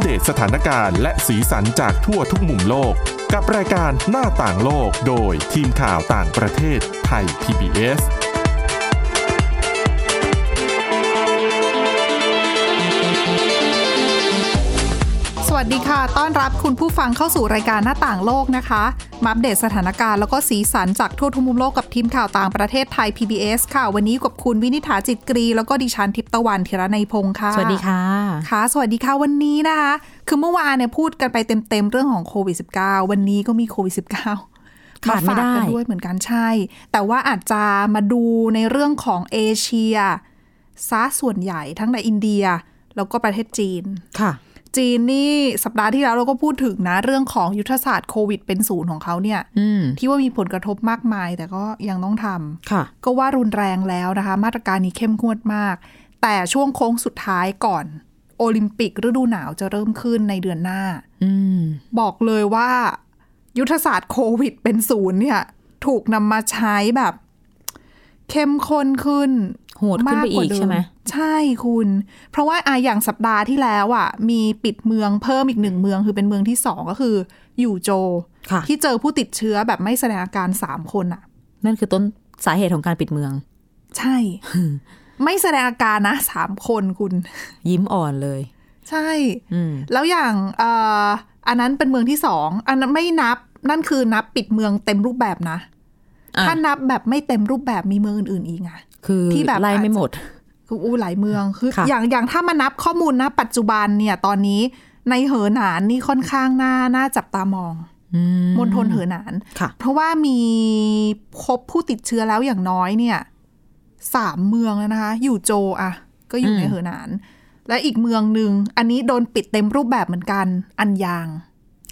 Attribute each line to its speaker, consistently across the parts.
Speaker 1: เดตสถานการณ์และสีสันจากทั่วทุกมุมโลก กับรายการหน้าต่างโลกโดยทีมข่าวต่างประเทศไทย PBS
Speaker 2: สวัสดีค่ะ ต้อนรับคุณผู้ฟังเข้าสู่รายการหน้าต่างโลกนะคะ มาอัปเดตสถานการณ์แล้วก็สีสันจากทั่วทุกมุมโลกกับทีมข่าวต่างประเทศไทย PBS ค่ะ วันนี้อยู่กับคุณวินิษฐาจิตกรี แล้วก็ดิฉันทิพย์ตะวันธีรนัยพงค์ค่ะ
Speaker 3: สวัสดีค่ะ
Speaker 2: ค่ะ สวัสดีค่ะ วันนี้นะคะ คือเมื่อวานเนี่ยพูดกันไปเต็มๆ เรื่องของโควิด -19 วันนี้ก็มีโควิด -19
Speaker 3: ขาดไม่
Speaker 2: ฝากกั
Speaker 3: ได้
Speaker 2: ด้วยเหมือนกันใช่ แต่ว่าอาจจะมาดูในเรื่องของเอเชียซะส่วนใหญ่ทั้งในอินเดีย แล้วก็ประเทศจีน
Speaker 3: ค่ะ
Speaker 2: จีนนี่สัปดาห์ที่แล้วเราก็พูดถึงนะเรื่องของยุทธศาสตร์โควิดเป็นศูนย์ของเขาเนี่ย
Speaker 3: อืม
Speaker 2: ที่ว่ามีผลกระทบมากมาย แต่ก็ยังต้องทำ
Speaker 3: ค่ะ
Speaker 2: ก็ว่ารุนแรงแล้วนะคะ มาตรการนี้เข้มงวดมาก แต่ช่วงโค้งสุดท้ายก่อน โอลิมปิกฤดูหนาวจะเริ่มขึ้นในเดือนหน้า
Speaker 3: อืม
Speaker 2: บอกเลยว่า ยุทธศาสตร์โควิดเป็นศูนย์เนี่ย ถูกนำมาใช้แบบ เข้มข้นขึ้น
Speaker 3: โหดขึ้นไปอีกใช่ไหม
Speaker 2: ากว่าเดิใช่คุณ เพราะว่าอะอย่างสัปดาห์ที่แล้วอ่ะ มีปิดเมืองเพิ่มอีกหนึ่งเมือง คือเป็นเมืองที่สองก็คืออยู่โจว
Speaker 3: ค่ะ
Speaker 2: ที่เจอผู้ติดเชื้อแบบไม่แสดงอาการสามคนอ่ะ
Speaker 3: นั่นคือต้นสาเหตุของการปิดเมือง
Speaker 2: ใช่ ไม่แสดงอาการนะสามคนคุณ
Speaker 3: ยิ้มอ่อนเลย
Speaker 2: ใช่
Speaker 3: อืม
Speaker 2: แล้วอย่างเอ่ออันนั้นเป็นเมืองที่สองอันนั้นไม่นับนั่นคือนับปิดเมืองเต็มรูปแบบนะ
Speaker 3: อ่ะ
Speaker 2: ถ้านับแบบไม่เต็มรูปแบบมีเมืองอื่นๆอีกอะ
Speaker 3: คือ
Speaker 2: ที่แบบ
Speaker 3: ไล่ไม่หมด
Speaker 2: คืออู้หลายเมืองคือ
Speaker 3: ค่ะ
Speaker 2: อย่างอย่างถ้ามานับข้อมูลนะ ปัจจุบันเนี่ยตอนนี้ในเหอหนานนี่ค่อนข้างน่าน่าจับตามอง
Speaker 3: อื
Speaker 2: มณฑลเหอหนาน
Speaker 3: ค่ะ
Speaker 2: เพราะว่ามีพบผู้ติดเชื้อแล้วอย่างน้อยเนี่ยสามเมืองแล้วนะคะ อยู่โจวอะก็อยู่
Speaker 3: อืม
Speaker 2: ในเหอหนาน และอีกเมืองหนึ่งอันนี้โดนปิดเต็มรูปแบบเหมือนกัน อันยาง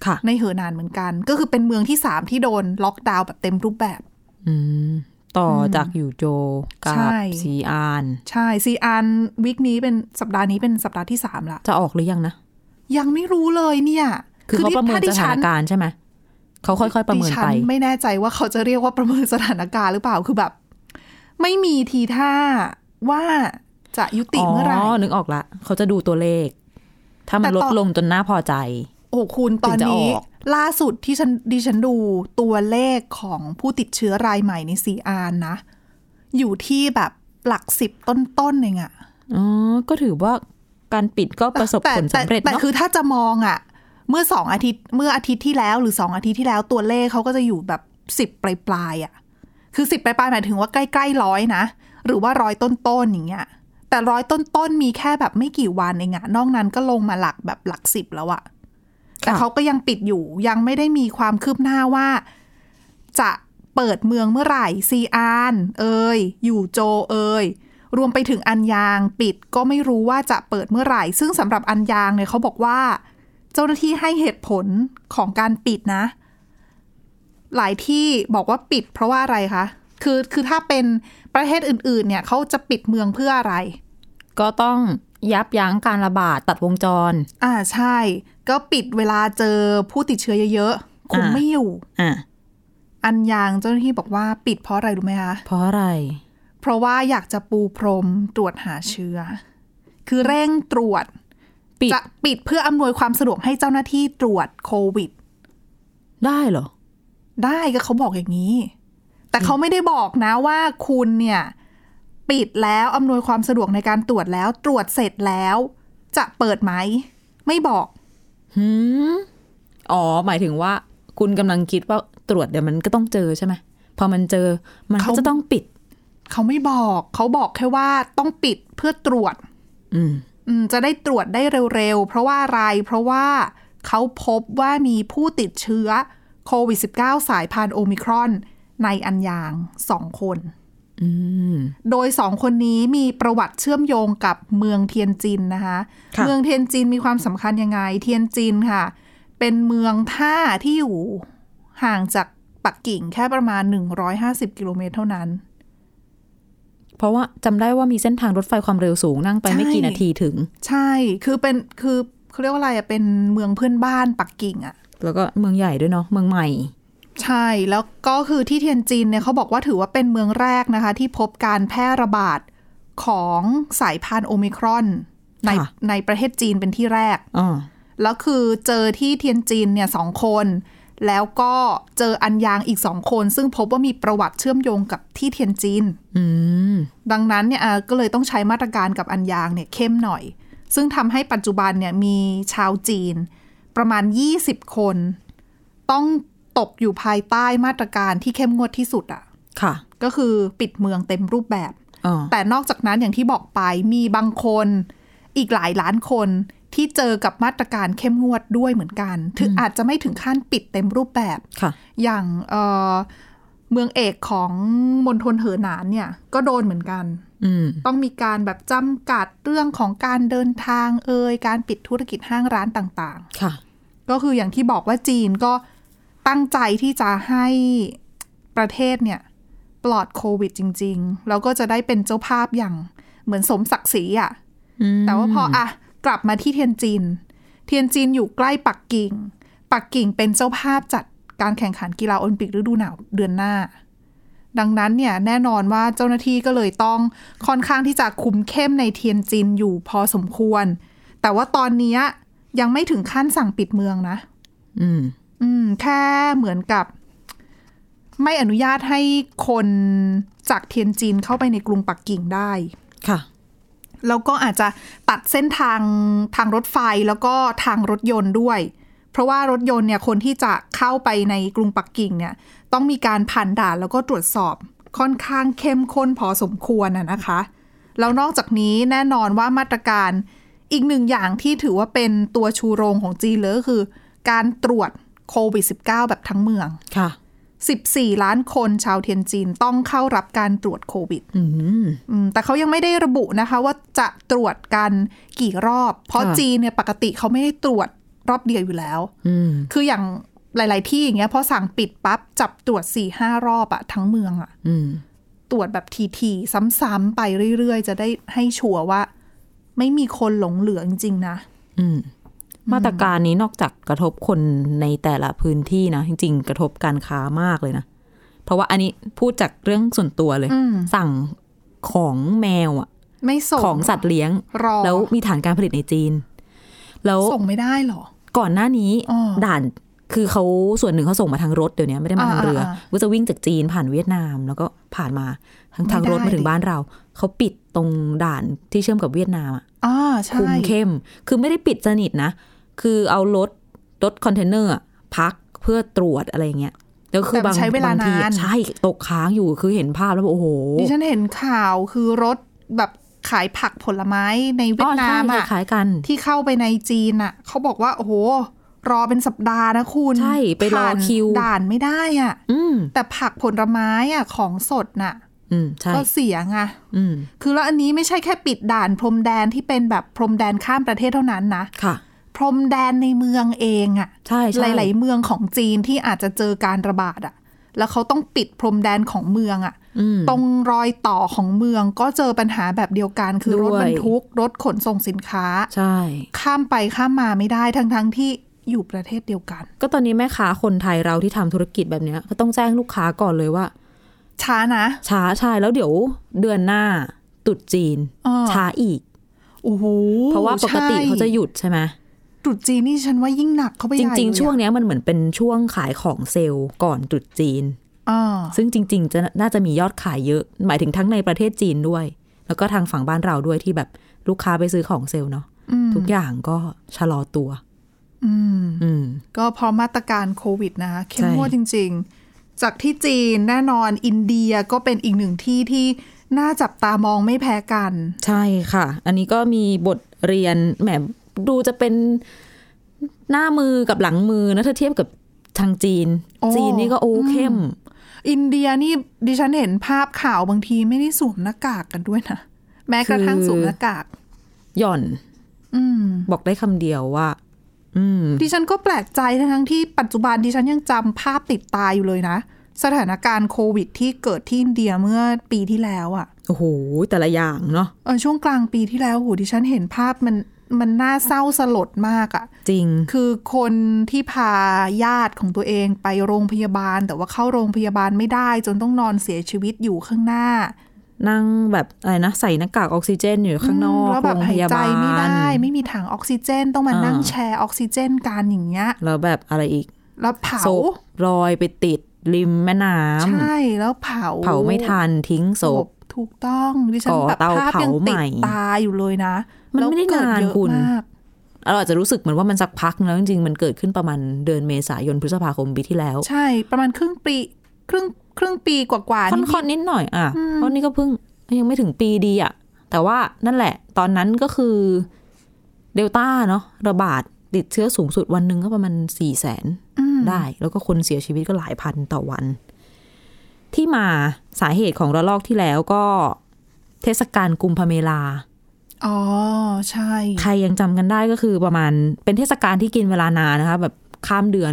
Speaker 3: ค่ะ
Speaker 2: ในเหอหนานเหมือนกัน ก็คือเป็นเมืองที่สามที่โดนล็อกดาวน์แบบเต็มรูปแบบ
Speaker 3: อืม ต่ออจากอยู่โจกั
Speaker 2: ใช่
Speaker 3: บซีอาน
Speaker 2: ใช่ซีอันวิกนี้เป็นสัปดาห์นี้เป็นสัปดาห์ที่สามละ
Speaker 3: จะออกหรือยังนะ
Speaker 2: ยังไม่รู้เลยเนี่ย
Speaker 3: คือเขาประเมิน
Speaker 2: ถ้ดิ
Speaker 3: สถานการณ์ใช่ไหม เขาค่อยๆประเมิน
Speaker 2: ดิฉั
Speaker 3: ไป
Speaker 2: ไม่แน่ใจว่าเขาจะเรียกว่าประเมินสถานการณ์หรือเปล่า คือแบบ ไม่มีทีท่าว่าจะยุติเมื่อไหร่
Speaker 3: อ๋อ นึกออกละ เขาจะดูตัวเลข ถ้ามั
Speaker 2: แต่
Speaker 3: น
Speaker 2: ต
Speaker 3: ล
Speaker 2: อน
Speaker 3: ดลงจนน่าพอใจ
Speaker 2: โอ้คุณตอน
Speaker 3: ถึงจะอ
Speaker 2: นี้
Speaker 3: อก
Speaker 2: ล่าสุดที่ฉันดิฉันดูตัวเลขของผู้ติดเชื้อรายใหม่ในซีอานนะ อยู่ที่แบบหลักสิบต้นๆเองอะ
Speaker 3: อ๋อ ก็ถือว่าการปิดก็ประสบ
Speaker 2: แต่
Speaker 3: ผลสำเร็จ
Speaker 2: แต่
Speaker 3: เนาะ
Speaker 2: คือถ้าจะมองอะเมื่อสองอาทิตย์เมื่ออาทิตย์ที่แล้วหรือสองอาทิตย์ที่แล้วตัวเลขเขาก็จะอยู่แบบสิบปลายปลายๆอะคือสิบปลายปลายๆหมายถึงว่าใกล้ๆร้อยนะ หรือว่าร้อยต้นต้นๆอย่างเงี้ยแต่ร้อยต้นต้นๆมีแค่แบบไม่กี่วันเองอะนอกนั้นก็ลงมาหลักแบบหลักสิบแล้วอะแต่
Speaker 3: ค่ะ
Speaker 2: เขาก็ยังปิดอยู่ยังไม่ได้มีความคืบหน้าว่า จะเปิดเมืองเมื่อไหร่ซีอานเอ่ยอยู่โจเอ่ยรวมไปถึงอันยางปิดก็ไม่รู้ว่าจะเปิดเมื่อไหร่ ซึ่งสำหรับอันยางเนี่ยเขาบอกว่า เจ้าหน้าที่ให้เหตุผลของการปิดนะ หลายที่บอกว่าปิดเพราะว่าอะไรคะคือคือถ้าเป็นประเทศอื่น ๆ เนี่ยเขาจะปิดเมืองเพื่ออะไร
Speaker 3: ก็ต้องยับยั้งการระบาดตัดวงจร
Speaker 2: อ่าใช่ ก็ปิดเวลาเจอผู้ติดเชื้อเยอะๆคุม
Speaker 3: อ่า
Speaker 2: ไม่อยู่
Speaker 3: อ่ะ
Speaker 2: อันยางเจ้าหน้าที่บอกว่าปิดเพราะอะไรรู้ไหมคะ
Speaker 3: เพราะอะไร
Speaker 2: เพราะว่าอยากจะปูพรมตรวจหาเชื้อ คือเร่งตรวจ
Speaker 3: ปิด
Speaker 2: จะปิดเพื่ออำนวยความสะดวกให้เจ้าหน้าที่ตรวจโควิด
Speaker 3: ได้เหรอ
Speaker 2: ได้ก็เขาบอกอย่างนี้ แต่เขาไม่ได้บอกนะว่าคุณเนี่ย ปิดแล้วอำนวยความสะดวกในการตรวจแล้ว ตรวจเสร็จแล้ว จะเปิดไหม ไม่บอก
Speaker 3: หืมอ๋อ หมายถึงว่าคุณกำลังคิดว่าตรวจเดี๋ยวมันก็ต้องเจอใช่ไหม พอมันเจอ มันก็
Speaker 2: เขา
Speaker 3: จะต้องปิด
Speaker 2: เขาไม่บอก เขาบอกแค่ว่าต้องปิดเพื่อตรวจ
Speaker 3: อืม
Speaker 2: อืมจะได้ตรวจได้เร็วๆ เพราะว่าอะไร เพราะว่าเขาพบว่ามีผู้ติดเชื้อโควิด -19 สายพันธุ์โอมิครอนในอันยางสองคน
Speaker 3: อืม
Speaker 2: โดยสองคนนี้มีประวัติเชื่อมโยงกับเมืองเทียนจินนะคะ
Speaker 3: ค่ะ
Speaker 2: เมืองเทียนจินมีความสำคัญยังไง เทียนจินค่ะ เป็นเมืองท่าที่อยู่ห่างจากปักกิ่งแค่ประมาณ 150 กิโลเมตรเท่านั้น
Speaker 3: เพราะว่าจำได้ว่ามีเส้นทางรถไฟความเร็วสูงนั่งไป
Speaker 2: ใช่
Speaker 3: ไม่กี่นาทีถึง
Speaker 2: ใช่ คือเป็น คือเขาเรียกว่าอะไรอะเป็นเมืองเพื่อนบ้านปักกิ่งอะ
Speaker 3: แล้วก็เมืองใหญ่ด้วยเนาะ เมืองใหม่
Speaker 2: ใช่แล้วก็คือที่เทียนจินเนี่ยเขาบอกว่าถือว่าเป็นเมืองแรกนะคะ ที่พบการแพร่ระบาดของสายพันธุ์โอมิครอนใน
Speaker 3: ค่ะ
Speaker 2: ในประเทศจีนเป็นที่แรก
Speaker 3: อ๋อ
Speaker 2: แล้วคือเจอที่เทียนจินเนี่ยสองคน แล้วก็เจออันยางอีกสองคน ซึ่งพบว่ามีประวัติเชื่อมโยงกับที่เทียนจิน
Speaker 3: อืม
Speaker 2: ดังนั้นเนี่ยอ่าก็เลยต้องใช้มาตรการกับอันยางเนี่ยเข้มหน่อย ซึ่งทำให้ปัจจุบันเนี่ยมีชาวจีน ประมาณ 20 คน ต้องตกอยู่ภายใต้มาตรการที่เข้มงวดที่สุดอะ่ะ
Speaker 3: ค่ะ
Speaker 2: ก็คือปิดเมืองเต็มรูปแบบ
Speaker 3: อ๋อ
Speaker 2: แต่นอกจากนั้นอย่างที่บอกไปมีบางคนอีกหลายล้านคนที่เจอกับมาตรการเข้มงวดด้วยเหมือนกัน ถึงอาจจะไม่ถึงขั้นปิดเต็มรูปแบบ
Speaker 3: ค่ะ
Speaker 2: อย่างเอ่อเมืองเอกของมณฑลเหอหนานเนี่ยก็โดนเหมือนกัน
Speaker 3: อืม
Speaker 2: ต้องมีการแบบจำกัดเรื่องของการเดินทางเอ่ยการปิดธุรกิจห้างร้านต่าง
Speaker 3: ค่ะ
Speaker 2: ๆ ก็คืออย่างที่บอกว่าจีนก็ตั้งใจที่จะให้ประเทศเนี่ยปลอดโควิดจริง ๆ แล้วก็จะได้เป็นเจ้าภาพอย่างเหมือนสมศักดิ์ศรีอะ่ะ
Speaker 3: อืม
Speaker 2: แต่ว่าพออ่ะกลับมาที่เทียนจิน เทียนจินอยู่ใกล้ปักกิ่ง ปักกิ่งเป็นเจ้าภาพจัดการแข่งขันกีฬาโอลิมปิกฤดูหนาวเดือนหน้า ดังนั้นเนี่ยแน่นอนว่าเจ้าหน้าที่ก็เลยต้องค่อนข้างที่จะคุมเข้มในเทียนจินอยู่พอสมควร แต่ว่าตอนเนี้ยยังไม่ถึงขั้นสั่งปิดเมืองนะ
Speaker 3: อืม
Speaker 2: อืม แค่เหมือนกับ ไม่อนุญาตให้คนจากเทียนจินเข้าไปในกรุงปักกิ่งได้
Speaker 3: ค่ะ
Speaker 2: แล้วก็อาจจะตัดเส้นทางทางรถไฟแล้วก็ทางรถยนต์ด้วย เพราะว่ารถยนต์เนี่ยคนที่จะเข้าไปในกรุงปักกิ่งเนี่ย ต้องมีการผ่านด่านแล้วก็ตรวจสอบค่อนข้างเข้มข้นพอสมควรอะนะคะ แล้วนอกจากนี้แน่นอนว่ามาตรการอีกหนึ่งอย่างที่ถือว่าเป็นตัวชูโรงของจีนเลยก็คือ การตรวจโควิด -19 แบบทั้งเมือง
Speaker 3: ค่ะ
Speaker 2: 14 ล้านคนชาวเทียนจีนต้องเข้ารับการตรวจโควิด
Speaker 3: อืม
Speaker 2: อืมแต่เขายังไม่ได้ระบุนะคะว่าจะตรวจกันกี่รอบ เพราะ
Speaker 3: ค่ะ
Speaker 2: จีนเนี่ยปกติเขาไม่ได้ตรวจรอบเดียวอยู่แล้ว
Speaker 3: อืม
Speaker 2: คืออย่างหลาย ๆ ที่อย่างเงี้ยพอสั่งปิดปั๊บจับตรวจ4ี่ห้ารอบอะทั้งเมืองอะ
Speaker 3: อืม
Speaker 2: ตรวจแบบทีๆซ้ำๆไปเรื่อย ๆ จะได้ให้ชัวร์ว่า ไม่มีคนหลงเหลือจริง ๆ นะ
Speaker 3: อืม มาตรการนี้นอกจากกระทบคนในแต่ละพื้นที่นะ จริง ๆ กระทบการค้ามากเลยนะ เพราะว่าอันนี้พูดจากเรื่องส่วนตัวเลย
Speaker 2: อืม
Speaker 3: สั่งของแมวอะ
Speaker 2: ไม่ส่ง
Speaker 3: ของสัตว์เลี้ยง
Speaker 2: รอ
Speaker 3: แล้วมีฐานการผลิตในจีน แล้ว
Speaker 2: ส่งไม่ได้เหรอ
Speaker 3: ก่อนหน้านี้
Speaker 2: อ๋อ
Speaker 3: ด่านคือเขาส่วนหนึ่งเขาส่งมาทางรถเดี๋ยวนี้ไม่ได้มาทางเรืออา
Speaker 2: อ่า
Speaker 3: ก็จะวิ่งจากจีนผ่านเวียดนาม แล้วก็ผ่านมาทางทางรถ
Speaker 2: ไม่ได้
Speaker 3: มาถึ
Speaker 2: ดิ
Speaker 3: งบ้านเรา เขาปิดตรงด่านที่เชื่อมกับเวียดนามอะ
Speaker 2: อ่า
Speaker 3: คุ
Speaker 2: ใช่
Speaker 3: มเข้ม คือไม่ได้ปิดสนิทนะ คือเอารถ รถคอนเทนเนอร์อะพักเพื่อตรวจอะไรอย่างเงี้ย แล้วคือ
Speaker 2: แต่มั
Speaker 3: บาน ง
Speaker 2: ใช้เวลา
Speaker 3: บงที
Speaker 2: นาน
Speaker 3: ใช่ ตกค้างอยู่ คือเห็นภาพแล้วโอ้โห
Speaker 2: ดิฉันเห็นข่าวคือรถแบบขายผักผลไม้ในเวียดนาม
Speaker 3: ใช่
Speaker 2: อะ
Speaker 3: คล้ายๆกัน
Speaker 2: ที่เข้าไปในจีนน่ะเขาบอกว่าโอ้โห รอเป็นสัปดาห์นะคุณ
Speaker 3: ใช่ไปรอ
Speaker 2: ผ่าน
Speaker 3: คิว
Speaker 2: ด่านไม่ได้อ่ะ
Speaker 3: อืม
Speaker 2: แต่ผักผลไม้อ่ะของสดน่ะ
Speaker 3: อืม ใช่
Speaker 2: ก็เสียไง
Speaker 3: อืม
Speaker 2: คือแล้วอันนี้ไม่ใช่แค่ปิดด่านพรมแดนที่เป็นแบบพรมแดนข้ามประเทศเท่านั้นนะ
Speaker 3: ค่ะ
Speaker 2: พรมแดนในเมืองเองอ่ะ
Speaker 3: ใช่ใช่
Speaker 2: หลาย ๆ เมืองของจีนที่อาจจะเจอการระบาดอ่ะ แล้วเขาต้องปิดพรมแดนของเมืองอ่ะ
Speaker 3: อืม
Speaker 2: ตรงรอยต่อของเมืองก็เจอปัญหาแบบเดียวกัน คือรถ
Speaker 3: ด้วย
Speaker 2: บรรทุกรถขนส่งสินค้า
Speaker 3: ใช่
Speaker 2: ข้ามไปข้ามมาไม่ได้ทั้งทั้งๆที่อยู่ประเทศเดียวกัน
Speaker 3: ก็ตอนนี้แม่ค้าคนไทยเราที่ทำธุรกิจแบบเนี้ย ก็ต้องแจ้งลูกค้าก่อนเลยว่า
Speaker 2: ช้านะ
Speaker 3: ช้าใช่ แล้วเดี๋ยวเดือนหน้าตรุดจีน
Speaker 2: เออ
Speaker 3: ช้าอีก
Speaker 2: โอ้โห
Speaker 3: เพราะว่าปกติ
Speaker 2: ใช่
Speaker 3: เขาจะหยุดใช่ไหม
Speaker 2: ตรุษจีนนี่ฉันว่ายิ่งหนักเข้าไป
Speaker 3: จ
Speaker 2: ใหญ่
Speaker 3: ริง
Speaker 2: เลยอะ
Speaker 3: ๆ ช่วงเนี้ยมันเหมือนเป็นช่วงขายของเซลล์ก่อนตรุษจีน
Speaker 2: อ่า
Speaker 3: ซึ่งจริง ๆ จะน่าจะมียอดขายเยอะ หมายถึงทั้งในประเทศจีนด้วย แล้วก็ทางฝั่งบ้านเราด้วยที่แบบลูกค้าไปซื้อของเซลล์เนาะ
Speaker 2: อืม
Speaker 3: ทุกอย่างก็ชะลอตัว
Speaker 2: อืม
Speaker 3: อืม
Speaker 2: ก็เพราะมาตรการโควิดนะคะเข้ม
Speaker 3: ใช่
Speaker 2: งวดจริง ๆ จากที่จีนแน่นอนอินเดียก็เป็นอีกหนึ่งที่ที่น่าจับตามองไม่แพ้กัน
Speaker 3: ใช่ค่ะ อันนี้ก็มีบทเรียนแหมดูจะเป็นหน้ามือกับหลังมือนะถ้าเทียบกับทางจีน
Speaker 2: โอ้
Speaker 3: จีนนี่ก็โอ้เข้ม
Speaker 2: อินเดียนี่ดิฉันเห็นภาพข่าวบางทีไม่ได้สวมหน้ากากกันด้วยนะแม้กระทั่ง
Speaker 3: คือ
Speaker 2: สวมหน้ากาก
Speaker 3: หย่อน
Speaker 2: อืม
Speaker 3: บอกได้คำเดียวว่า อืม
Speaker 2: ดิฉันก็แปลกใจทั้งๆที่ปัจจุบันดิฉันยังจำภาพติดตาอยู่เลยนะ สถานการณ์โควิดที่เกิดที่อินเดียเมื่อปีที่แล้วอะ
Speaker 3: โอ้โหแต่ละอย่างเนาะ
Speaker 2: เออช่วงกลางปีที่แล้วโหดิฉันเห็นภาพมันมันน่าเศร้าสลดมากอะ
Speaker 3: จริง
Speaker 2: คือคนที่พาญาติของตัวเองไปโรงพยาบาล แต่ว่าเข้าโรงพยาบาลไม่ได้ จนต้องนอนเสียชีวิตอยู่ข้างหน้า
Speaker 3: นั่งแบบอะไรนะใส่หน้ากากออกซิเจนอยู่ข้างนอก
Speaker 2: แล้วแบ
Speaker 3: โร
Speaker 2: บ
Speaker 3: งพ
Speaker 2: หาย
Speaker 3: ยา
Speaker 2: ใจ
Speaker 3: บาล
Speaker 2: ไม่ได้ ไม่มีถังออกซิเจน ต้องมา
Speaker 3: อ่านั่
Speaker 2: นั่งแชร์ออกซิเจนกันอย่างเงี้ย
Speaker 3: แล้วแบบอะไรอีก
Speaker 2: แล้วเผา
Speaker 3: ศพลอยไปติดริมแม่น้
Speaker 2: ใช
Speaker 3: ำ
Speaker 2: ่ แล้วเผา
Speaker 3: เผาไม่ทันทิ้งศพ
Speaker 2: ถูกต้องดิฉัน
Speaker 3: ก่อ
Speaker 2: แบบ
Speaker 3: เตา
Speaker 2: ภาพยัง
Speaker 3: เผาใหม่
Speaker 2: ติดตาอยู่เลยนะ
Speaker 3: มัน
Speaker 2: แล้ว
Speaker 3: ไม่ได้
Speaker 2: เกิ
Speaker 3: นาน
Speaker 2: เยอะ
Speaker 3: คุณ
Speaker 2: มาก
Speaker 3: เราอาจจะรู้สึกเหมือนว่ามันสักพักแล้วจริงๆมันเกิดขึ้นประมาณเดือนเมษายนพฤษภาคมปีที่แล้ว
Speaker 2: ใช่ประมาณครึ่งปี ครึ่งครึ่งปีกว่าๆ
Speaker 3: ค่อน
Speaker 2: นี่
Speaker 3: ๆนิดหน่อยอ่ะ
Speaker 2: อืม
Speaker 3: เพราะนี่ก็เพิ่งยังไม่ถึงปีดีอ่ะแต่ว่านั่นแหละ ตอนนั้นก็คือเดลต้าเนาะระบาดติดเชื้อสูงสุดวันหนึ่งก็ประมาณสี่แสน
Speaker 2: อืม
Speaker 3: ได้แล้วก็คนเสียชีวิตก็หลายพันต่อวัน ที่มาสาเหตุของระลอกที่แล้วก็เทศกาลกุมภเมลา
Speaker 2: อ๋อใช่
Speaker 3: ใครยังจำกันได้ก็คือประมาณเป็นเทศกาลที่กินเวลานานนะคะ แบบข้ามเดือน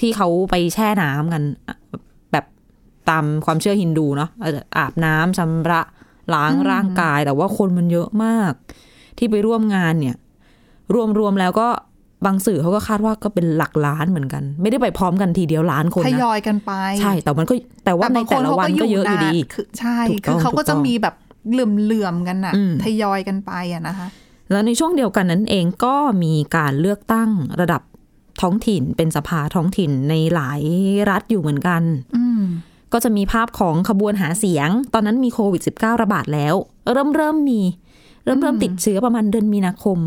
Speaker 3: ที่เขาไปแช่น้ำกันอ่ะแบบตามความเชื่อฮินดูเนาะอาจจะอาบน้ำชำระล้างร่างกาย แต่ว่าคนมันเยอะมาก ที่ไปร่วมงานเนี่ย รวมๆแล้วก็บางสื่อเขาก็คาดว่าก็เป็นหลักล้านเหมือนกัน ไม่ได้ไปพร้อมกันทีเดียวล้านคน
Speaker 2: ทย
Speaker 3: นะ
Speaker 2: อยกันไป
Speaker 3: ใช่แต่มันก็แต่ว่าใน
Speaker 2: บงค
Speaker 3: แต่ละวันก็เยอะอยู่ดี
Speaker 2: ขาก็คือใช่
Speaker 3: ถูกต้อง
Speaker 2: คือเขาก็
Speaker 3: ถูกต้
Speaker 2: จะ
Speaker 3: อง
Speaker 2: มีแบบเหลื่อมๆกันน่ะ
Speaker 3: อืม
Speaker 2: ทยอยกันไปอะนะคะ
Speaker 3: แล้วในช่วงเดียวกันนั้นเองก็มีการเลือกตั้งระดับท้องถิ่นเป็นสภาท้องถิ่นในหลายรัฐอยู่เหมือนกัน
Speaker 2: อืม
Speaker 3: ก็จะมีภาพของขบวนหาเสียง ตอนนั้นมีโควิด -19 ระบาดแล้ว เริ่มเริ่มมี เริ่มเริ่มติดเชื้อประมาณเดือนมีนาคม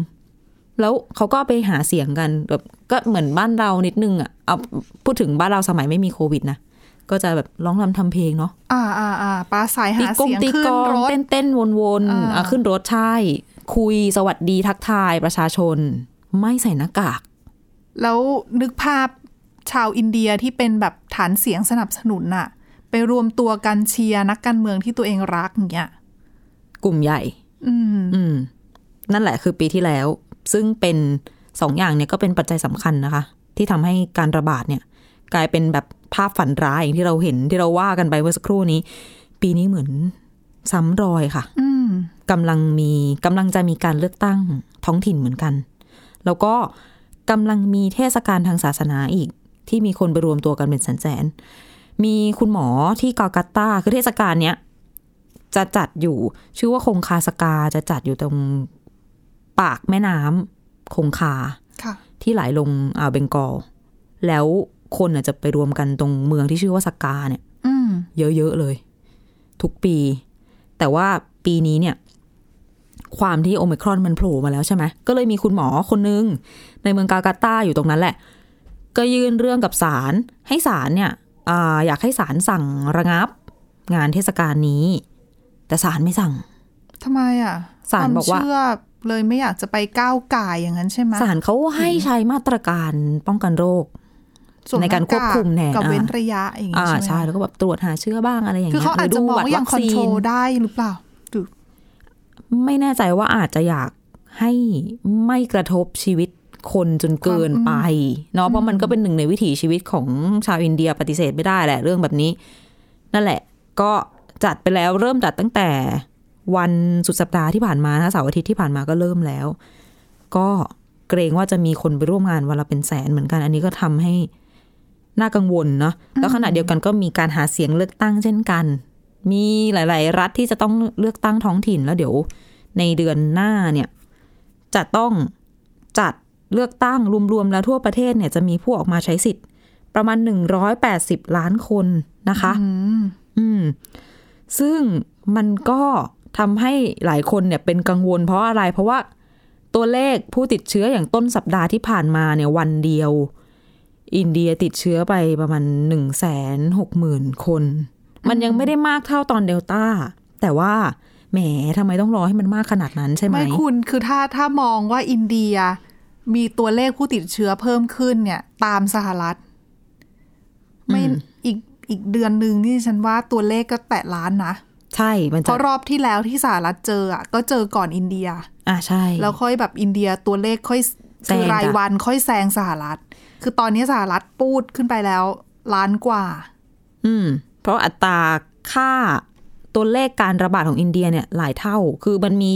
Speaker 3: แล้วเขาก็ไปหาเสียงกันแบบก็เหมือนบ้านเรานิดนึงอ่ะเอาพูดถึงบ้านเราสมัยไม่มีโควิดนะก็จะแบบร้องรำทำเพลงเนาะ
Speaker 2: อ่าอ่าอ่าปลาสายหา
Speaker 3: ตีกง
Speaker 2: เสียง
Speaker 3: ตี
Speaker 2: ขึ้
Speaker 3: ก
Speaker 2: น
Speaker 3: อง
Speaker 2: รถ
Speaker 3: เต้นเต้นวนวนๆ
Speaker 2: อ่า
Speaker 3: อ่ะขึ้นรถใช่ คุยสวัสดีทักทายประชาชน ไม่ใส่หน้ากาก
Speaker 2: แล้วนึกภาพชาวอินเดียที่เป็นแบบฐานเสียงสนับสนุนน่ะ ไปรวมตัวกันเชียร์นักการเมืองที่ตัวเองรักอย่างเงี้ย
Speaker 3: กลุ่มใหญ่
Speaker 2: อืม
Speaker 3: อืม นั่นแหละคือปีที่แล้ว ซึ่งเป็นสองอย่างเนี่ยก็เป็นปัจจัยสำคัญนะคะ ที่ทำให้การระบาดเนี่ย กลายเป็นแบบภาพฝันร้ายอย่างที่เราเห็นที่เราว่ากันไปเมื่อสักครู่นี้ ปีนี้เหมือนซ้ำรอยค่ะ
Speaker 2: อืม
Speaker 3: กำลังมีกำลังจะมีการเลือกตั้งท้องถิ่นเหมือนกัน แล้วก็กำลังมีเทศกาลทางศาสนาอีก ที่มีคนไปรวมตัวกันเป็นแสนๆ มีคุณหมอที่กาลกัตตาคือเทศกาลเนี้ยจะจัดอยู่ชื่อว่าคงคาสกาจะจัดอยู่ตรงปากแม่น้ำคงคา
Speaker 2: ค่ะ
Speaker 3: ที่ไหลลงอ่าวเบงกอล แล้วคนน่ะจะไปรวมกันตรงเมืองที่ชื่อว่าสกาเนี่ย
Speaker 2: อืม
Speaker 3: เยอะ ๆ เลย ทุกปี แต่ว่าปีนี้เนี่ย ความที่โอมิครอนมันโผล่มาแล้วใช่ไหมก็เลยมีคุณหมอคนนึง ในเมืองกาลกัตตาอยู่ตรงนั้นแหละ ก็ยื่นเรื่องกับศาลให้ศาลเนี่ยอาอยากให้ศาลสั่งระงับ งานเทศกาลนี้ แต่ศาลไม่สั่ง
Speaker 2: ทำไมอ่ะ
Speaker 3: ศาลบอกว่า
Speaker 2: คมเชื่อเลยไม่อยากจะไปก้าวก่ายอย่างนั้นใช่ไหม
Speaker 3: ศาลเขาให้ใช้มาตรการป้องกันโรค
Speaker 2: สวมห
Speaker 3: ในการควบคุมแน่
Speaker 2: กับ
Speaker 3: อ่า
Speaker 2: เว้นระยะอย่างงี้
Speaker 3: อ่า
Speaker 2: ใช่ไหม
Speaker 3: ใช่แล้วก็แบบตรวจหาเชื้อบ้างอะไรอย่าง
Speaker 2: คือ
Speaker 3: เงี้ย
Speaker 2: เขาอาจ
Speaker 3: หรื
Speaker 2: จะมองว่ายังคอนโทรล
Speaker 3: น
Speaker 2: ได้หรือเปล่า
Speaker 3: ไม่แน่ใจว่าอาจจะอยากให้ไม่กระทบชีวิตคนจนเกินไปเนาะเพราะมันก็เป็นหนึ่งในวิถีชีวิตของชาวอินเดียปฏิเสธไม่ได้แหละเรื่องแบบนี้ นั่นแหละ ก็จัดไปแล้วเริ่มจัดตั้งแต่วันสุดสัปดาห์ที่ผ่านมานะเสาร์อาทิตย์ที่ผ่านมาก็เริ่มแล้ว ก็เกรงว่าจะมีคนไปร่วมงานวันละเป็นแสนเหมือนกัน อันนี้ก็ทำให้น่ากังวลเนาะแล้วขณะเดียวกันก็มีการหาเสียงเลือกตั้งเช่นกัน มีหลาย ๆ รัฐที่จะต้องเลือกตั้งท้องถิ่นแล้วเดี๋ยว ในเดือนหน้าเนี่ยจะต้องจัดเลือกตั้งรวม ๆ แล้วทั่วประเทศเนี่ยจะมีผู้ออกมาใช้สิทธิ์ ประมาณ 180 ล้านคนนะคะ
Speaker 2: อืม
Speaker 3: อืม ซึ่งมันก็ทำให้หลายคนเนี่ยเป็นกังวลเพราะอะไร เพราะว่าตัวเลขผู้ติดเชื้ออย่างต้นสัปดาห์ที่ผ่านมาเนี่ยวันเดียว อินเดียติดเชื้อไปประมาณหนึ่งแสนหกหมื่นคน มันยังไม่ได้มากเท่าตอนเดลต้า แต่ว่าแหมทำไมต้องรอให้มันมากขนาดนั้นใช่ไหม
Speaker 2: ไม่คุณคือถ้าถ้ามองว่าอินเดียมีตัวเลขผู้ติดเชื้อเพิ่มขึ้นเนี่ย ตามสหรัฐ ไม่
Speaker 3: อืม
Speaker 2: อีกอีกเดือนหนึ่งนี่ฉันว่าตัวเลขก็แตะล้านนะ
Speaker 3: ใช่มัน
Speaker 2: เพ
Speaker 3: จะ
Speaker 2: ราะรอบที่แล้วที่สหรัฐเจออ่ะก็เจอก่อนอินเดีย
Speaker 3: อ่ะใช่
Speaker 2: แล้วค่อยแบบอินเดียตัวเลขค่อย
Speaker 3: แซง
Speaker 2: คือราย
Speaker 3: จ้ะ
Speaker 2: วันค่อยแซงสหรัฐ คือตอนนี้สหรัฐปูดขึ้นไปแล้ว ล้านกว่า
Speaker 3: อืม เพราะอัตราค่าตัวเลขการระบาดของอินเดียเนี่ยหลายเท่า คือมันมี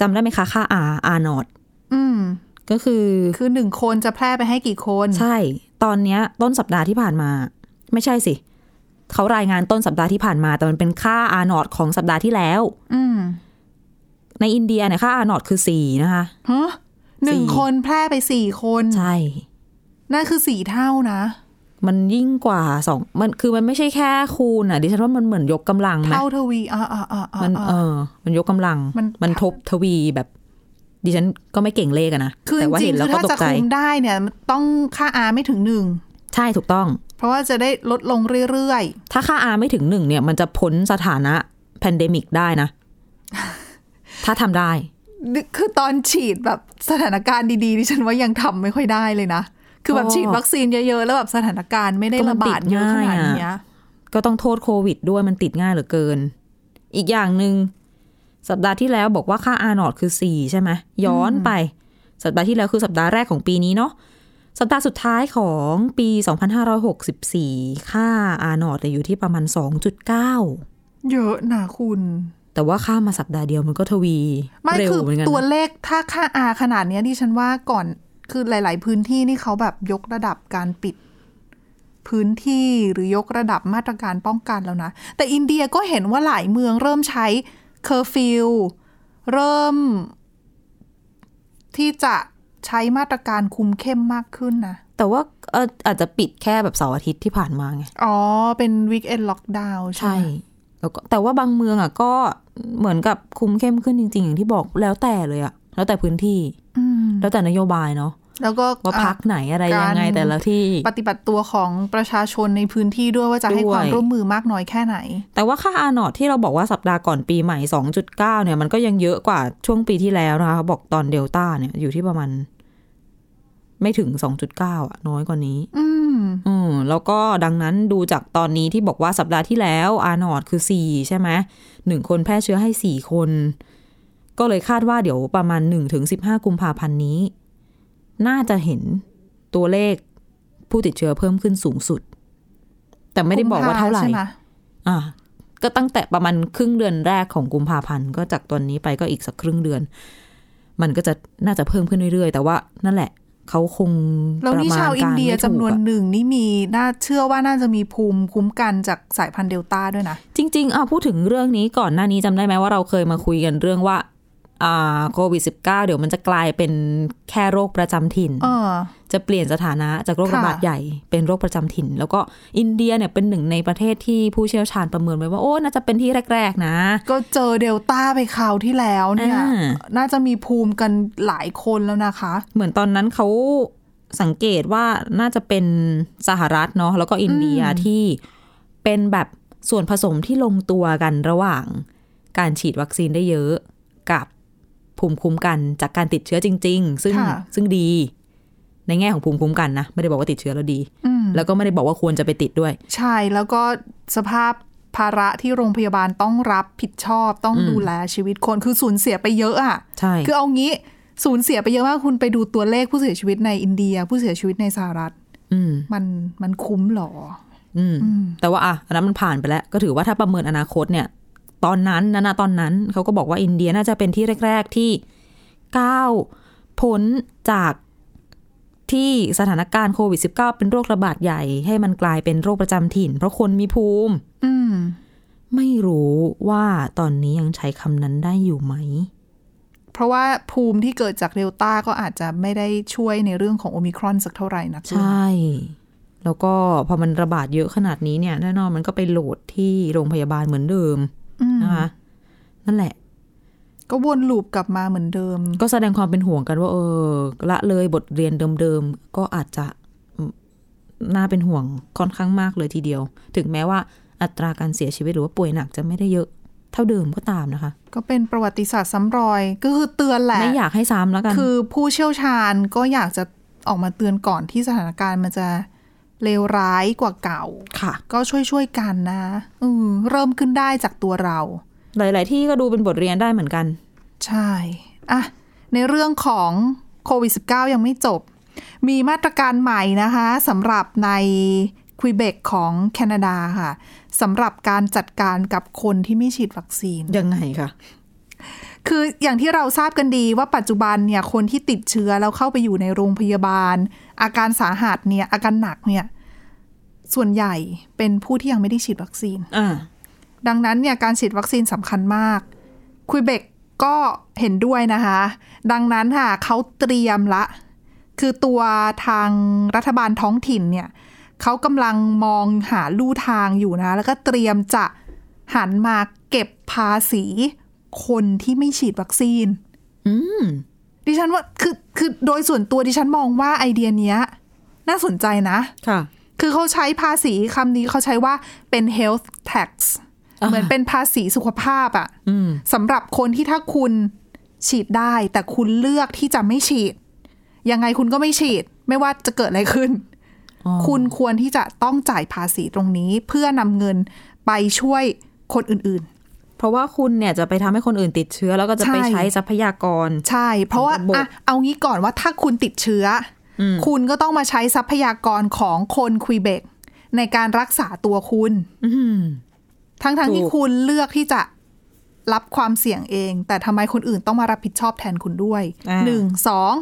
Speaker 3: จำได้ไหมคะค่า R R นอต
Speaker 2: อืม
Speaker 3: ก็คือ
Speaker 2: คือหนึ่งคนจะแพร่ไปให้กี่คน
Speaker 3: ใช่ ตอนเนี้ยต้นสัปดาห์ที่ผ่านมา ไม่ใช่สิ เขารายงานต้นสัปดาห์ที่ผ่านมา แต่มันเป็นค่าอานอดของสัปดาห์ที่แล้ว
Speaker 2: อืม
Speaker 3: ในอินเดียเนี่ยค่าอานอดคือสี่นะคะ
Speaker 2: ฮะหนึ่ง
Speaker 3: สี่
Speaker 2: คนแพร่ไปสี่คน
Speaker 3: ใช่
Speaker 2: นั่นคือสี่เท่านะ
Speaker 3: มันยิ่งกว่าสองมันคือมันไม่ใช่แค่คูณอ่ะดิฉันว่ามันเหมือนยกกำลังไหม
Speaker 2: เท่าทวีอ่าอ่าอ่าอ่า
Speaker 3: มันเอ
Speaker 2: อ่า
Speaker 3: อ มันยกกำลัง
Speaker 2: มัน
Speaker 3: มันทบทวีแบบ ดิฉันก็ไม่เก่งเลขอะนะ
Speaker 2: คือจ
Speaker 3: แต่ว่า
Speaker 2: ริ
Speaker 3: เห็
Speaker 2: งๆ
Speaker 3: นแล้ว
Speaker 2: คือ
Speaker 3: ก็
Speaker 2: ถ้า
Speaker 3: ต
Speaker 2: จะ
Speaker 3: กใจ
Speaker 2: คุมได้เนี่ยต้องค่าอาไม่ถึงหนึ่ง
Speaker 3: ใช่ถูกต้อง
Speaker 2: เพราะว่าจะได้ลดลงเรื่อย
Speaker 3: ถ้าค่า R ไม่ถึงหนึ่งเนี่ย มันจะพ้นสถานะ p a n d e m i c ได้ นะ ถ้าทำได้
Speaker 2: ๆนึกคือตอนฉีดแบบสถานการณ์ดีๆดิฉันว่ายังทำไม่ค่อยได้เลยนะ คือแบบ
Speaker 3: ก็
Speaker 2: ฉีดวัคซีนเยอะๆ แล้วแบบสถานการณ์ไม่ได้
Speaker 3: ก็มัน
Speaker 2: ระบาด
Speaker 3: ติด
Speaker 2: เยอะขนาด
Speaker 3: ง่ายอะ
Speaker 2: เนี้ย
Speaker 3: ก็ต้องโทษโควิดด้วยมันติดง่ายเหลือเกิน อีกอย่างหนึ่งสัปดาห์ที่แล้วบอกว่าค่า R นอดคือ 4 ใช่ไหมย้อนไป สัปดาห์ที่แล้วคือสัปดาห์แรกของปีนี้เนาะสัปดาห์สุดท้ายของปี 2564 ค่า R นอดเนี่ยอยู่ที่ประมาณ 2.9
Speaker 2: เยอะนะคุณ
Speaker 3: แต่ว่าค่ามาสัปดาห์เดียวมันก็ทวี
Speaker 2: ไม่
Speaker 3: เร็ว
Speaker 2: คือ
Speaker 3: เหมือนกัน
Speaker 2: ตัว
Speaker 3: นะ
Speaker 2: เลขถ้าค่าอาขนาดเนี้ยดิฉันว่าก่อนคือหลาย ๆ พื้นที่นี่เขาแบบยกระดับการปิด พื้นที่หรือยกระดับมาตรการป้องกันแล้วนะ แต่อินเดียก็เห็นว่าหลายเมืองเริ่มใช้เคอร์ฟิวเริ่ม ที่จะใช้มาตรการคุมเข้มมากขึ้นนะ
Speaker 3: แต่ว่าเอ่ออาจจะปิดแค่แบบเสาร์อาทิตย์ที่ผ่านมาไง
Speaker 2: อ๋อ เป็นวิกเอนล็อกดาวน์ใช่
Speaker 3: ใช่
Speaker 2: ไหม
Speaker 3: แล้วก็แต่ว่าบางเมืองอ่ะก็เหมือนกับคุมเข้มขึ้นจริง ๆ อย่างที่บอกแล้วแต่เลยอ่ะ แล้วแต่พื้นที่
Speaker 2: อืม
Speaker 3: แล้วแต่นโยบายเนาะ
Speaker 2: แล้วก็
Speaker 3: ว่าพักไหนอะไร
Speaker 2: การ
Speaker 3: ยังไงแต่ละที่
Speaker 2: ปฏิบัติตัวของประชาชนในพื้นที่ด้วยว่าจะให้ความ
Speaker 3: ด้วย
Speaker 2: ร่วมมือมากน้อยแค่ไหน
Speaker 3: แต่ว่าค่าอานอดที่เราบอกว่าสัปดาห์ก่อนปีใหม่ 2.9 เนี่ยมันก็ยังเยอะกว่าช่วงปีที่แล้วนะคะเขาบอกตอนเดลต้าเนี่ยอยู่ที่ประมาณ ไม่ถึง 2.9 อ่ะ น้อยกว่านี้
Speaker 2: อืม
Speaker 3: อืมแล้วก็ดังนั้นดูจากตอนนี้ที่บอกว่าสัปดาห์ที่แล้วอานอดคือ 4 ใช่ไหมหนึ่งคนแพร่เชื้อให้ 4 คน ก็เลยคาดว่าเดี๋ยวประมาณ1ถึง15 กุมภาพันธ์นี้ น่าจะเห็นตัวเลขผู้ติดเชื้อเพิ่มขึ้นสูงสุด แต่ไม่ได้บอกว่าเท่าไหร่
Speaker 2: กุมภใช่ม
Speaker 3: อ่ะก็ตั้งแต่ประมาณครึ่งเดือนแรกของกุมภาพันธ์ก็จากตอนนี้ไปก็อีกสักครึ่งเดือน มันก็จะน่าจะเพิ่มขึ้นเรื่อยๆ แต่ว่านั่นแหละ เขาคง
Speaker 2: แล้วนี่
Speaker 3: ประมณ
Speaker 2: ชาวอินเดีย
Speaker 3: การไม่ถูก
Speaker 2: จำนวน
Speaker 3: อะ
Speaker 2: หนึ่งนี่มีน่าเชื่อว่าน่าจะมีภูมิคุ้มกันจากสายพันธุ์เดลต้าด้วยนะ
Speaker 3: จริงๆอ่ะพูดถึงเรื่องนี้ก่อนหน้านี้จำได้ไหมว่าเราเคยมาคุยกันเรื่องว่าอ่าโควิด -19 เดี๋ยวมันจะกลายเป็นแค่โรคประจำถิ่น
Speaker 2: เออ
Speaker 3: จะเปลี่ยนสถานะจากโรค
Speaker 2: ค่ะ
Speaker 3: ระบาดใหญ่เป็นโรคประจำถิ่น แล้วก็อินเดียเนี่ยเป็นหนึ่งในประเทศที่ผู้เชี่ยวชาญประเมินไว้ว่าโอ้น่าจะเป็นที่แรก ๆ นะ
Speaker 2: ก็เจอเดลต้าไปคราวที่แล้วเนี่ย
Speaker 3: อ่า
Speaker 2: น่าจะมีภูมิกันหลายคนแล้วนะคะ
Speaker 3: เหมือนตอนนั้นเขาสังเกตว่าน่าจะเป็นสหรัฐเนาะแล้วก็อินเดียที่เป็นแบบส่วนผสมที่ลงตัวกันระหว่าง การฉีดวัคซีนได้เยอะกับภูมิคุ้มกันจากการติดเชื้อจริง ๆ ซึ่ง
Speaker 2: ค่ะ
Speaker 3: ซึ่งดี ในแง่ของภูมิคุ้มกันนะ ไม่ได้บอกว่าติดเชื้อแล้วดี
Speaker 2: อืม
Speaker 3: แล้วก็ไม่ได้บอกว่าควรจะไปติดด้วย
Speaker 2: ใช่แล้วก็สภาพภาระที่โรงพยาบาลต้องรับผิดชอบต้อง
Speaker 3: อืม
Speaker 2: ดูแลชีวิตคนคือสูญเสียไปเยอะอะ
Speaker 3: ใช่
Speaker 2: คือเอางี้สูญเสียไปเยอะมากคุณไปดูตัวเลขผู้เสียชีวิตในอินเดีย ผู้เสียชีวิตในสหรัฐ
Speaker 3: อืม
Speaker 2: มันมันคุ้มเหรอ
Speaker 3: อืม
Speaker 2: อืม
Speaker 3: แต่ว่าอ่ะอันนั้นมันผ่านไปแล้ว ก็ถือว่าถ้าประเมินอนาคตเนี่ย ตอนนั้นนะนะตอนนั้นเขาก็บอกว่าอินเดียน่าจะเป็นที่แรก ๆ ที่ก้าวพ้นจากที่สถานการณ์โควิด -19 เป็นโรคระบาดใหญ่ ให้มันกลายเป็นโรคประจำถิ่น เพราะคนมีภูมิ
Speaker 2: อืม
Speaker 3: ไม่รู้ว่าตอนนี้ยังใช้คำนั้นได้อยู่ไหม
Speaker 2: เพราะว่าภูมิที่เกิดจากเดลต้าก็อาจจะไม่ได้ช่วยในเรื่องของโอมิครอนสักเท่าไหร่นะคุ
Speaker 3: ใช
Speaker 2: ณ
Speaker 3: ่ แล้วก็พอมันระบาดเยอะขนาดนี้เนี่ยแน่นอนมันก็ไปโหลดที่โรงพยาบาลเหมือนเดิม
Speaker 2: อืม
Speaker 3: นะคะนั่นแหละ
Speaker 2: ก็วนลูปกลับมาเหมือนเดิม
Speaker 3: ก็แสดงความเป็นห่วงกันว่า เออ ละเลยบทเรียนเดิมๆ ก็อาจจะอืมน่าเป็นห่วงค่อนข้างมากเลยทีเดียว ถึงแม้ว่าอัตราการเสียชีวิตหรือว่าป่วยหนักจะไม่ได้เยอะเท่าเดิมก็ตามนะคะ
Speaker 2: ก็เป็นประวัติศาสตร์ซ้ำรอย ก็คือเตือนแหละ
Speaker 3: ไม่อยากให้ซ้ำแล้วกัน
Speaker 2: คือผู้เชี่ยวชาญก็อยากจะออกมาเตือนก่อนที่สถานการณ์มันจะเลวร้ายกว่าเก่า
Speaker 3: ค่ะ
Speaker 2: ก็ช่วยๆกันนะอืมเริ่มขึ้นได้จากตัวเรา
Speaker 3: หลายๆ ที่ก็ดูเป็นบทเรียนได้เหมือนกัน
Speaker 2: ใช่อะในเรื่องของโควิด -19 ยังไม่จบ มีมาตรการใหม่นะคะสำหรับในควิเบกของแคนาดาค่ะสำหรับการจัดการกับคนที่ไม่ฉีดวัคซีน
Speaker 3: ยังไงคะ
Speaker 2: คืออย่างที่เราทราบกันดีว่าปัจจุบันเนี่ยคนที่ติดเชื้อแล้วเข้าไปอยู่ในโรงพยาบาล อาการสาหัสเนี่ยอาการหนักเนี่ย ส่วนใหญ่เป็นผู้ที่ยังไม่ได้ฉีดวัคซีน
Speaker 3: อ่า
Speaker 2: ดังนั้นเนี่ยการฉีดวัคซีนสำคัญมากคุยเบกก็เห็นด้วยนะคะ ดังนั้นค่ะเขาเตรียมละ คือตัวทางรัฐบาลท้องถิ่นเนี่ยเขากำลังมองหาลู่ทางอยู่นะ แล้วก็เตรียมจะหันมาเก็บภาษีคนที่ไม่ฉีดวัคซีน
Speaker 3: อืม
Speaker 2: ดิฉันว่าคือคือโดยส่วนตัวดิฉันมองว่าไอเดียเนี้ย น่าสนใจนะ
Speaker 3: ค่ะ
Speaker 2: คือเขาใช้ภาษีคำนี้เขาใช้ว่าเป็น health tax
Speaker 3: อ่า
Speaker 2: เหมือนเป็นภาษีสุขภาพอะ
Speaker 3: อืม
Speaker 2: สำหรับคนที่ถ้าคุณฉีดได้ แต่คุณเลือกที่จะไม่ฉีด ยังไงคุณก็ไม่ฉีด ไม่ว่าจะเกิดอะไรขึ้น
Speaker 3: อ๋อ
Speaker 2: คุณควรที่จะต้องจ่ายภาษีตรงนี้ เพื่อนำเงินไปช่วยคนอื่น
Speaker 3: เพราะว่าคุณเนี่ยจะไปทำให้คนอื่นติดเชื้อ แล้วก็จะไป
Speaker 2: ใช่
Speaker 3: ใช้ทรัพยากร
Speaker 2: ๆ ใช่ เพราะว่า
Speaker 3: ระบบ
Speaker 2: อ่ะเอางี้ก่อนว่าถ้าคุณติดเชื้ออคุณก็ต้องมาใช้ทรัพยากรของคนควีเบกในการรักษาตัวคุณ
Speaker 3: อืม
Speaker 2: ทั้งๆท
Speaker 3: ถูก
Speaker 2: ที่คุณเลือกที่จะรับความเสี่ยงเอง แต่ทำไมคนอื่นต้องมารับผิดชอบแทนคุณด้วย
Speaker 3: อ่า
Speaker 2: หนึ่งสอง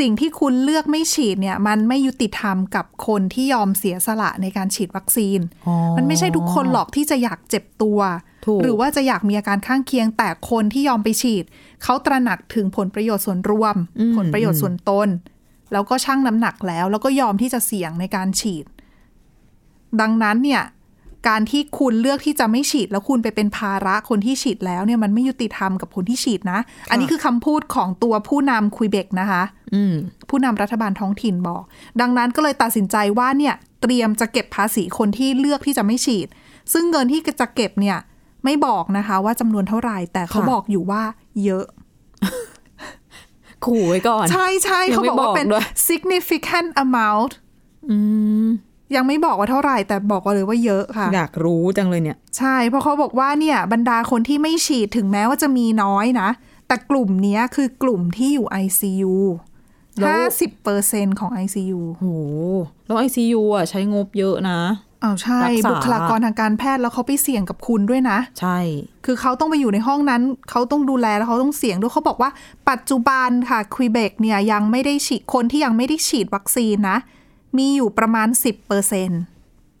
Speaker 2: สิ่งที่คุณเลือกไม่ฉีดเนี่ย มันไม่ยุติธรรมกับคนที่ยอมเสียสละในการฉีดวัคซีน
Speaker 3: อ๋อ
Speaker 2: มันไม่ใช่ทุกคนหรอกที่จะอยากเจ็บตัว
Speaker 3: ถูก
Speaker 2: หรือว่าจะอยากมีอาการข้างเคียงแต่คนที่ยอมไปฉีด เขาตระหนักถึงผลประโยชน์ส่วนรวม ผลประโยชน์ส่วนตน แล้วก็ชั่งน้ำหนักแล้ว แล้วก็ยอมที่จะเสี่ยงในการฉีด ดังนั้นเนี่ย การที่คุณเลือกที่จะไม่ฉีด แล้วคุณไปเป็นภาระคนที่ฉีดแล้วเนี่ยมันไม่ยุติธรรมกับคนที่ฉีดนะ อันนี้คือคำพูดของตัวผู้นำคุยเบกนะคะ
Speaker 3: อืม
Speaker 2: ผู้นำรัฐบาลท้องถิ่นบอก ดังนั้นก็เลยตัดสินใจว่าเนี่ยเตรียมจะเก็บภาษีคนที่เลือกที่จะไม่ฉีด ซึ่งเงินที่จะเก็บเนี่ย ไม่บอกนะคะว่าจำนวนเท่าไหร่ แต่เขา
Speaker 3: ค่ะ
Speaker 2: บอกอยู่ว่า เยอะ
Speaker 3: ขู่ไว้ก่อน
Speaker 2: ใช่ใช่
Speaker 3: ยัง
Speaker 2: เขา
Speaker 3: ไม่
Speaker 2: บอกว่า
Speaker 3: บอก
Speaker 2: เป็น
Speaker 3: ด้วย
Speaker 2: significant amount
Speaker 3: อืม
Speaker 2: ยังไม่บอกว่าเท่าไหร่ แต่บอกเลยว่าเยอะค่ะ
Speaker 3: อยากรู้จังเลยเนี่ย
Speaker 2: ใช่ เพราะเขาบอกว่าเนี่ยบรรดาคนที่ไม่ฉีดถึงแม้ว่าจะมีน้อยนะ แต่กลุ่มเนี้ยคือกลุ่มที่อยู่ ICU
Speaker 3: แล้ว
Speaker 2: 50%ของ ICU
Speaker 3: โหแล้วไอซียูอ่ะใช้งบเยอะนะ
Speaker 2: อ้าวใช่
Speaker 3: รักษา
Speaker 2: บุคลากรทางการแพทย์แล้วเขาไปเสี่ยงกับคุณด้วยนะ
Speaker 3: ใช่
Speaker 2: คือเขาต้องไปอยู่ในห้องนั้น เขาต้องดูแลแล้วเขาต้องเสี่ยงด้วยเขาบอกว่า ปัจจุบันค่ะควีเบกเนี่ยยังไม่ได้ฉีดคนที่ยังไม่ได้ฉีดวัคซีนนะ มีอยู่ประมาณ 10%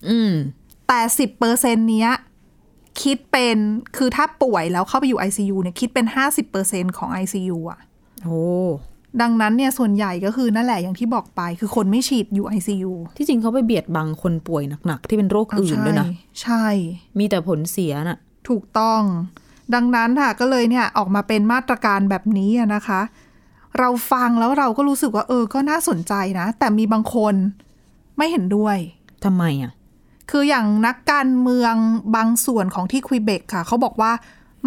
Speaker 3: อืม
Speaker 2: แต่ 10%เนี้ยคิดเป็นคือถ้าป่วยแล้วเข้าไปอยู่ ICU เนี่ยคิดเป็น 50%ของ ICU อ่ะ
Speaker 3: โห
Speaker 2: ดังนั้นเนี่ยส่วนใหญ่ก็คือนั่นแหละอย่างที่บอกไป คือคนไม่ฉีดอยู่ ICU
Speaker 3: ที่จริงเขาไปเบียดบังคนป่วยหนักๆ ที่เป็นโรคอื่นด้วยนะ
Speaker 2: ใช่ใช่
Speaker 3: มีแต่ผลเสียน่ะ
Speaker 2: ถูกต้อง ดังนั้นค่ะก็เลยเนี่ยออกมาเป็นมาตรการแบบนี้อะนะคะ เราฟังแล้วเราก็รู้สึกว่าเออก็น่าสนใจนะ แต่มีบางคนไม่เห็นด้วย
Speaker 3: ทำไมอ่ะ
Speaker 2: คืออย่างนักการเมืองบางส่วนของที่ควีเบกค่ะ เขาบอกว่า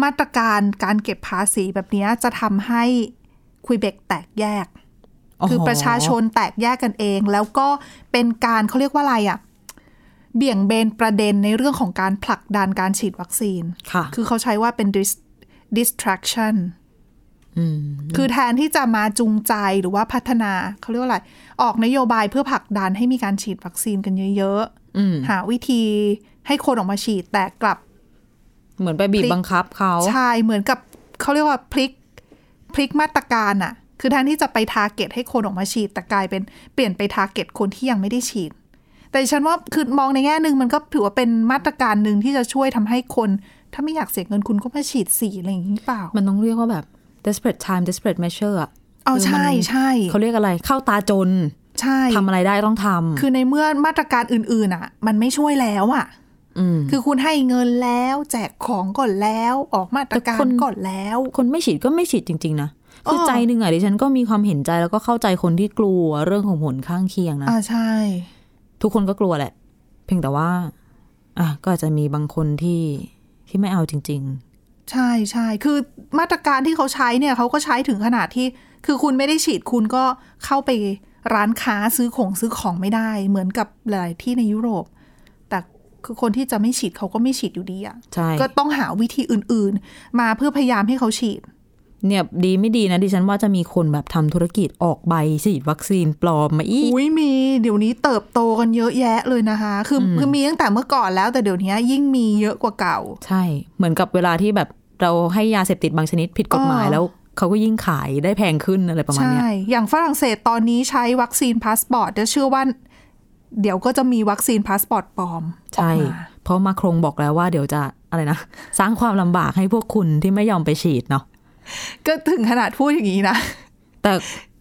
Speaker 2: มาตรการการเก็บภาษีแบบเนี้ยจะทำให้ควีเบกแตกแยก คือประชาชนแตกแยกกันเอง แล้วก็เป็นการเขาเรียกว่าอะไรอะเบี่ยงเบนประเด็นในเรื่องของการผลักดันการฉีดวัคซีน
Speaker 3: ค่ะ
Speaker 2: คือเขาใช้ว่าเป็น dis- distraction
Speaker 3: อืม
Speaker 2: คือแทนที่จะมาจูงใจหรือว่าพัฒนาเขาเรียกว่าอะไร ออกนโยบายเพื่อผลักดันให้มีการฉีดวัคซีนกันเยอะ
Speaker 3: อืม
Speaker 2: ๆ หาวิธีให้คนออกมาฉีดแต่กลับ
Speaker 3: เหมือนไปบีบ
Speaker 2: พลิก
Speaker 3: บังคับเขา
Speaker 2: ใช่เหมือนกับเขาเรียกว่าพลิกพลิกมาตรการอะคือแทนที่จะไปทาร์เก็ตให้คนออกมาฉีด แต่กลายเป็นเปลี่ยนไปทาร์เก็ตคนที่ยังไม่ได้ฉีด แต่ดิฉันว่าคือมองในแง่หนึ่งมันก็ถือว่าเป็นมาตรการหนึ่งที่จะช่วยทำให้คน ถ้าไม่อยากเสียเงินคุณก็มาฉีดสีอะไรอย่างนี้หรือเปล่า
Speaker 3: มันต้องเรียกว่าแบบ desperate time desperate measure อ่ะ
Speaker 2: อ๋อ
Speaker 3: คือ
Speaker 2: ใช่
Speaker 3: มัน
Speaker 2: ใช่
Speaker 3: เขาเรียกอะไร เข้าตาจน
Speaker 2: ใช่
Speaker 3: ทำอะไรได้ต้องทำ
Speaker 2: คือในเมื่อมาตรการอื่น ๆ อ่ะ มันไม่ช่วยแล้วอ่ะ
Speaker 3: อืม
Speaker 2: คือคุณให้เงินแล้วแจกของก่อนแล้ว ออกมาตรกา
Speaker 3: แต่ค
Speaker 2: ร
Speaker 3: น
Speaker 2: ก่อนแล้ว
Speaker 3: คนไม่ฉีดก็ไม่ฉีดจริง ๆ นะ คือ
Speaker 2: เออ
Speaker 3: ใจหนึ่งอ่ะดิฉันก็มีความเห็นใจแล้วก็เข้าใจคนที่กลัวเรื่องของผลข้างเคียงนะ
Speaker 2: อ่าใช่
Speaker 3: ทุกคนก็กลัวแหละ เพียงแต่ว่า อ่ะก็อาจจะมีบางคนที่ที่ไม่เอาจริง
Speaker 2: ใช่ใช่คือมาตรการที่เขาใช้เนี่ยเขาก็ใช้ถึงขนาดที่ คือคุณไม่ได้ฉีดคุณก็เข้าไปร้านค้าซื้อของซื้อของไม่ได้ เหมือนกับหลายที่ในยุโรป แต่คือคนที่จะไม่ฉีดเขาก็ไม่ฉีดอยู่ดีอ่ะ
Speaker 3: ๆ ใช่
Speaker 2: ก็ต้องหาวิธีอื่นๆ มาเพื่อพยายามให้เขาฉีด
Speaker 3: เนี่ยดีไม่ดีนะดิฉันว่าจะมีคนแบบทำธุรกิจออกใบฉีดวัคซีนปลอมมาอีก
Speaker 2: อุ้ยมีเดี๋ยวนี้เติบโตกันเยอะแยะเลยนะคะ คืออคือมีตั้งแต่เมื่อก่อนแล้วแต่เดี๋ยวนี้ยิ่งมีเยอะกว่าเก่า
Speaker 3: ใช่ เหมือนกับเวลาที่แบบเราให้ยาเสพติดบางชนิดผิดกฎหมาย
Speaker 2: อ๋อ
Speaker 3: แล้วเขาก็ยิ่งขายได้แพงขึ้นอะไรประมาณ
Speaker 2: ใช่
Speaker 3: เนี้ย
Speaker 2: อย่างฝรั่งเศสตอนนี้ใช้วัคซีนพาสปอร์ตจะเชื่อว่า เดี๋ยวก็จะมีวัคซีนพาสปอร์ตปลอมออก
Speaker 3: ใช่
Speaker 2: มา
Speaker 3: เพราะมาครงบอกแล้วว่าเดี๋ยวจะอะไรนะ สร้างความลำบากให้พวกคุณที่ไม่ยอมไปฉีดเนาะ
Speaker 2: ก็ถึงขนาดพูดอย่างนี้นะ
Speaker 3: แต่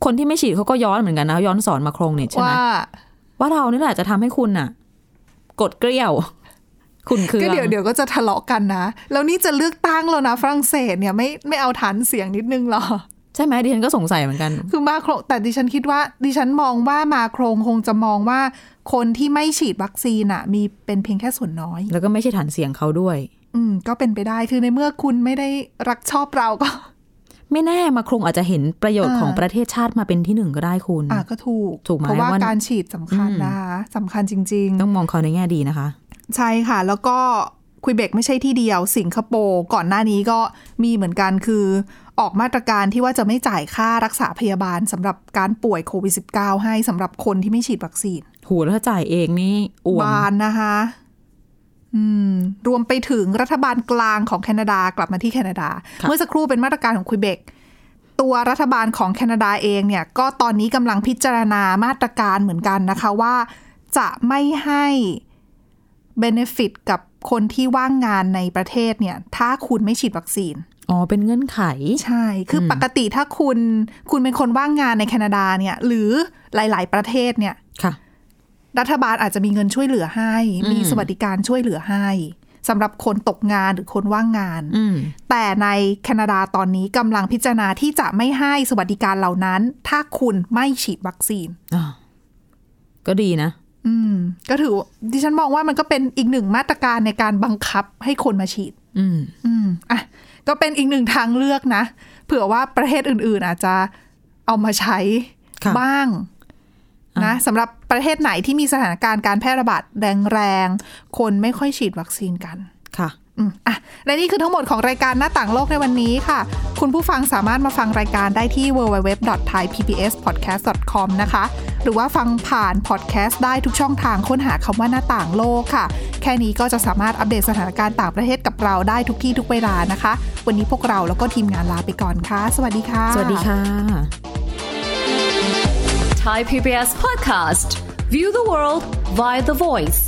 Speaker 3: คนที่ไม่ฉีดเขาก็ย้อนเหมือนกันนะย้อนสอนมาครงเนี่ยใช่ไหม
Speaker 2: ว่า
Speaker 3: ว่าเรานี่แหละจะทำให้คุณน่ะ กดเกลี้ยว คุณคือ
Speaker 2: ก็เดี๋ยวเดี๋ยวก็จะทะเลาะกันนะ แล้วนี่จะเลือกตั้งแล้วนะฝรั่งเศสเนี่ยไม่ไม่เอาฐานเสียงนิดนึงเหรอ
Speaker 3: ใช่ไหมดิฉันก็สงสัยเหมือนกัน
Speaker 2: คือมาโครงแต่ดิฉันคิดว่า ดิฉันมองว่ามาโครงคงจะมองว่า คนที่ไม่ฉีดวัคซีนอะมีเป็นเพียงแค่ส่วนน้อย
Speaker 3: แล้วก็ไม่ใช่ฐานเสียงเขาด้วย
Speaker 2: อืม ก็เป็นไปได้คือในเมื่อคุณไม่ได้รักชอบเราก็
Speaker 3: ไม่แน่มาครงอาจจะเห็นประโยชน์
Speaker 2: อ่า
Speaker 3: ของประเทศชาติมาเป็นที่หนึ่งก็ได้คุณ
Speaker 2: อ่ะก็ถูก
Speaker 3: ถูกไหม
Speaker 2: เพราะว่า
Speaker 3: ว่า
Speaker 2: การฉีดสำคัญนะคะสำคัญจริง
Speaker 3: ต้องมองเขาในแง่ดีนะคะ
Speaker 2: ๆ ใช่ค่ะ แล้วก็คุยเบกไม่ใช่ที่เดียว สิงคโปร์ก่อนหน้านี้ก็มีเหมือนกันคือออกมาตรการที่ว่าจะไม่จ่ายค่ารักษาพยาบาลสำหรับการป่วยโควิด -19 ให้สำหรับคนที่ไม่ฉีดวัคซีน
Speaker 3: หูแล้วถ้าจ่ายเองนี่อ่วม
Speaker 2: บานนะคะ อืม รวมไปถึงรัฐบาลกลางของแคนาดากลับมาที่แคนาดา เมื่อสักครู่เป็นมาตรการของควิเบก ตัวรัฐบาลของแคนาดาเองเนี่ย ก็ตอนนี้กำลังพิจารณามาตรการเหมือนกันนะคะว่าจะไม่ให้ benefit กับคนที่ว่างงานในประเทศเนี่ย ถ้าคุณไม่ฉีดวัคซีน
Speaker 3: อ๋อเป็นเงื่อนไข
Speaker 2: ใช่ คืออปกติถ้าคุณคุณเป็นคนว่างงานในแคนาดาเนี่ย หรือหลาย ๆ ประเทศเนี่ย
Speaker 3: ค่ะ
Speaker 2: รัฐบาลอาจจะมีเงินช่วยเหลือให้
Speaker 3: อืม
Speaker 2: มีสวัสดิการช่วยเหลือให้สำหรับคนตกงานหรือคนว่างงาน
Speaker 3: อืม
Speaker 2: แต่ในแคนาดาตอนนี้กำลังพิจารณาที่จะไม่ให้สวัสดิการเหล่านั้น ถ้าคุณไม่ฉีดวัคซีน
Speaker 3: อ่าก็ดีนะ
Speaker 2: อืม ก็ถือว่าดิฉันมองว่ามันก็เป็นอีกหนึ่งมาตรการในการบังคับให้คนมาฉีด
Speaker 3: อืม
Speaker 2: อืมอ่ะก็เป็นอีกหนึ่งทางเลือกนะ เผื่อว่าประเทศอื่นๆอาจจะเอามาใช้
Speaker 3: ค่ะ
Speaker 2: บ้าง
Speaker 3: อ่าน
Speaker 2: นะสำหรับประเทศไหนที่มีสถานการณ์การแพร่ระบาดแรงๆ คนไม่ค่อยฉีดวัคซีนกัน
Speaker 3: ค่ะ
Speaker 2: อืมอ่ะและนี่คือทั้งหมดของรายการหน้าต่างโลกในวันนี้ค่ะ คุณผู้ฟังสามารถมาฟังรายการได้ที่ www.thaipbspodcast.com นะคะ หรือว่าฟังผ่านพอดแคสต์ได้ทุกช่องทางค้นหาคำว่าหน้าต่างโลกค่ะ แค่นี้ก็จะสามารถอัปเดตสถานการณ์ต่างประเทศกับเราได้ทุกที่ทุกเวลานะคะ วันนี้พวกเราแล้วก็ทีมงานลาไปก่อนค่ะ สวัสดีค่ะ
Speaker 3: สวัสดีค่ะ
Speaker 4: Thai PBS podcast. View the world via the voice.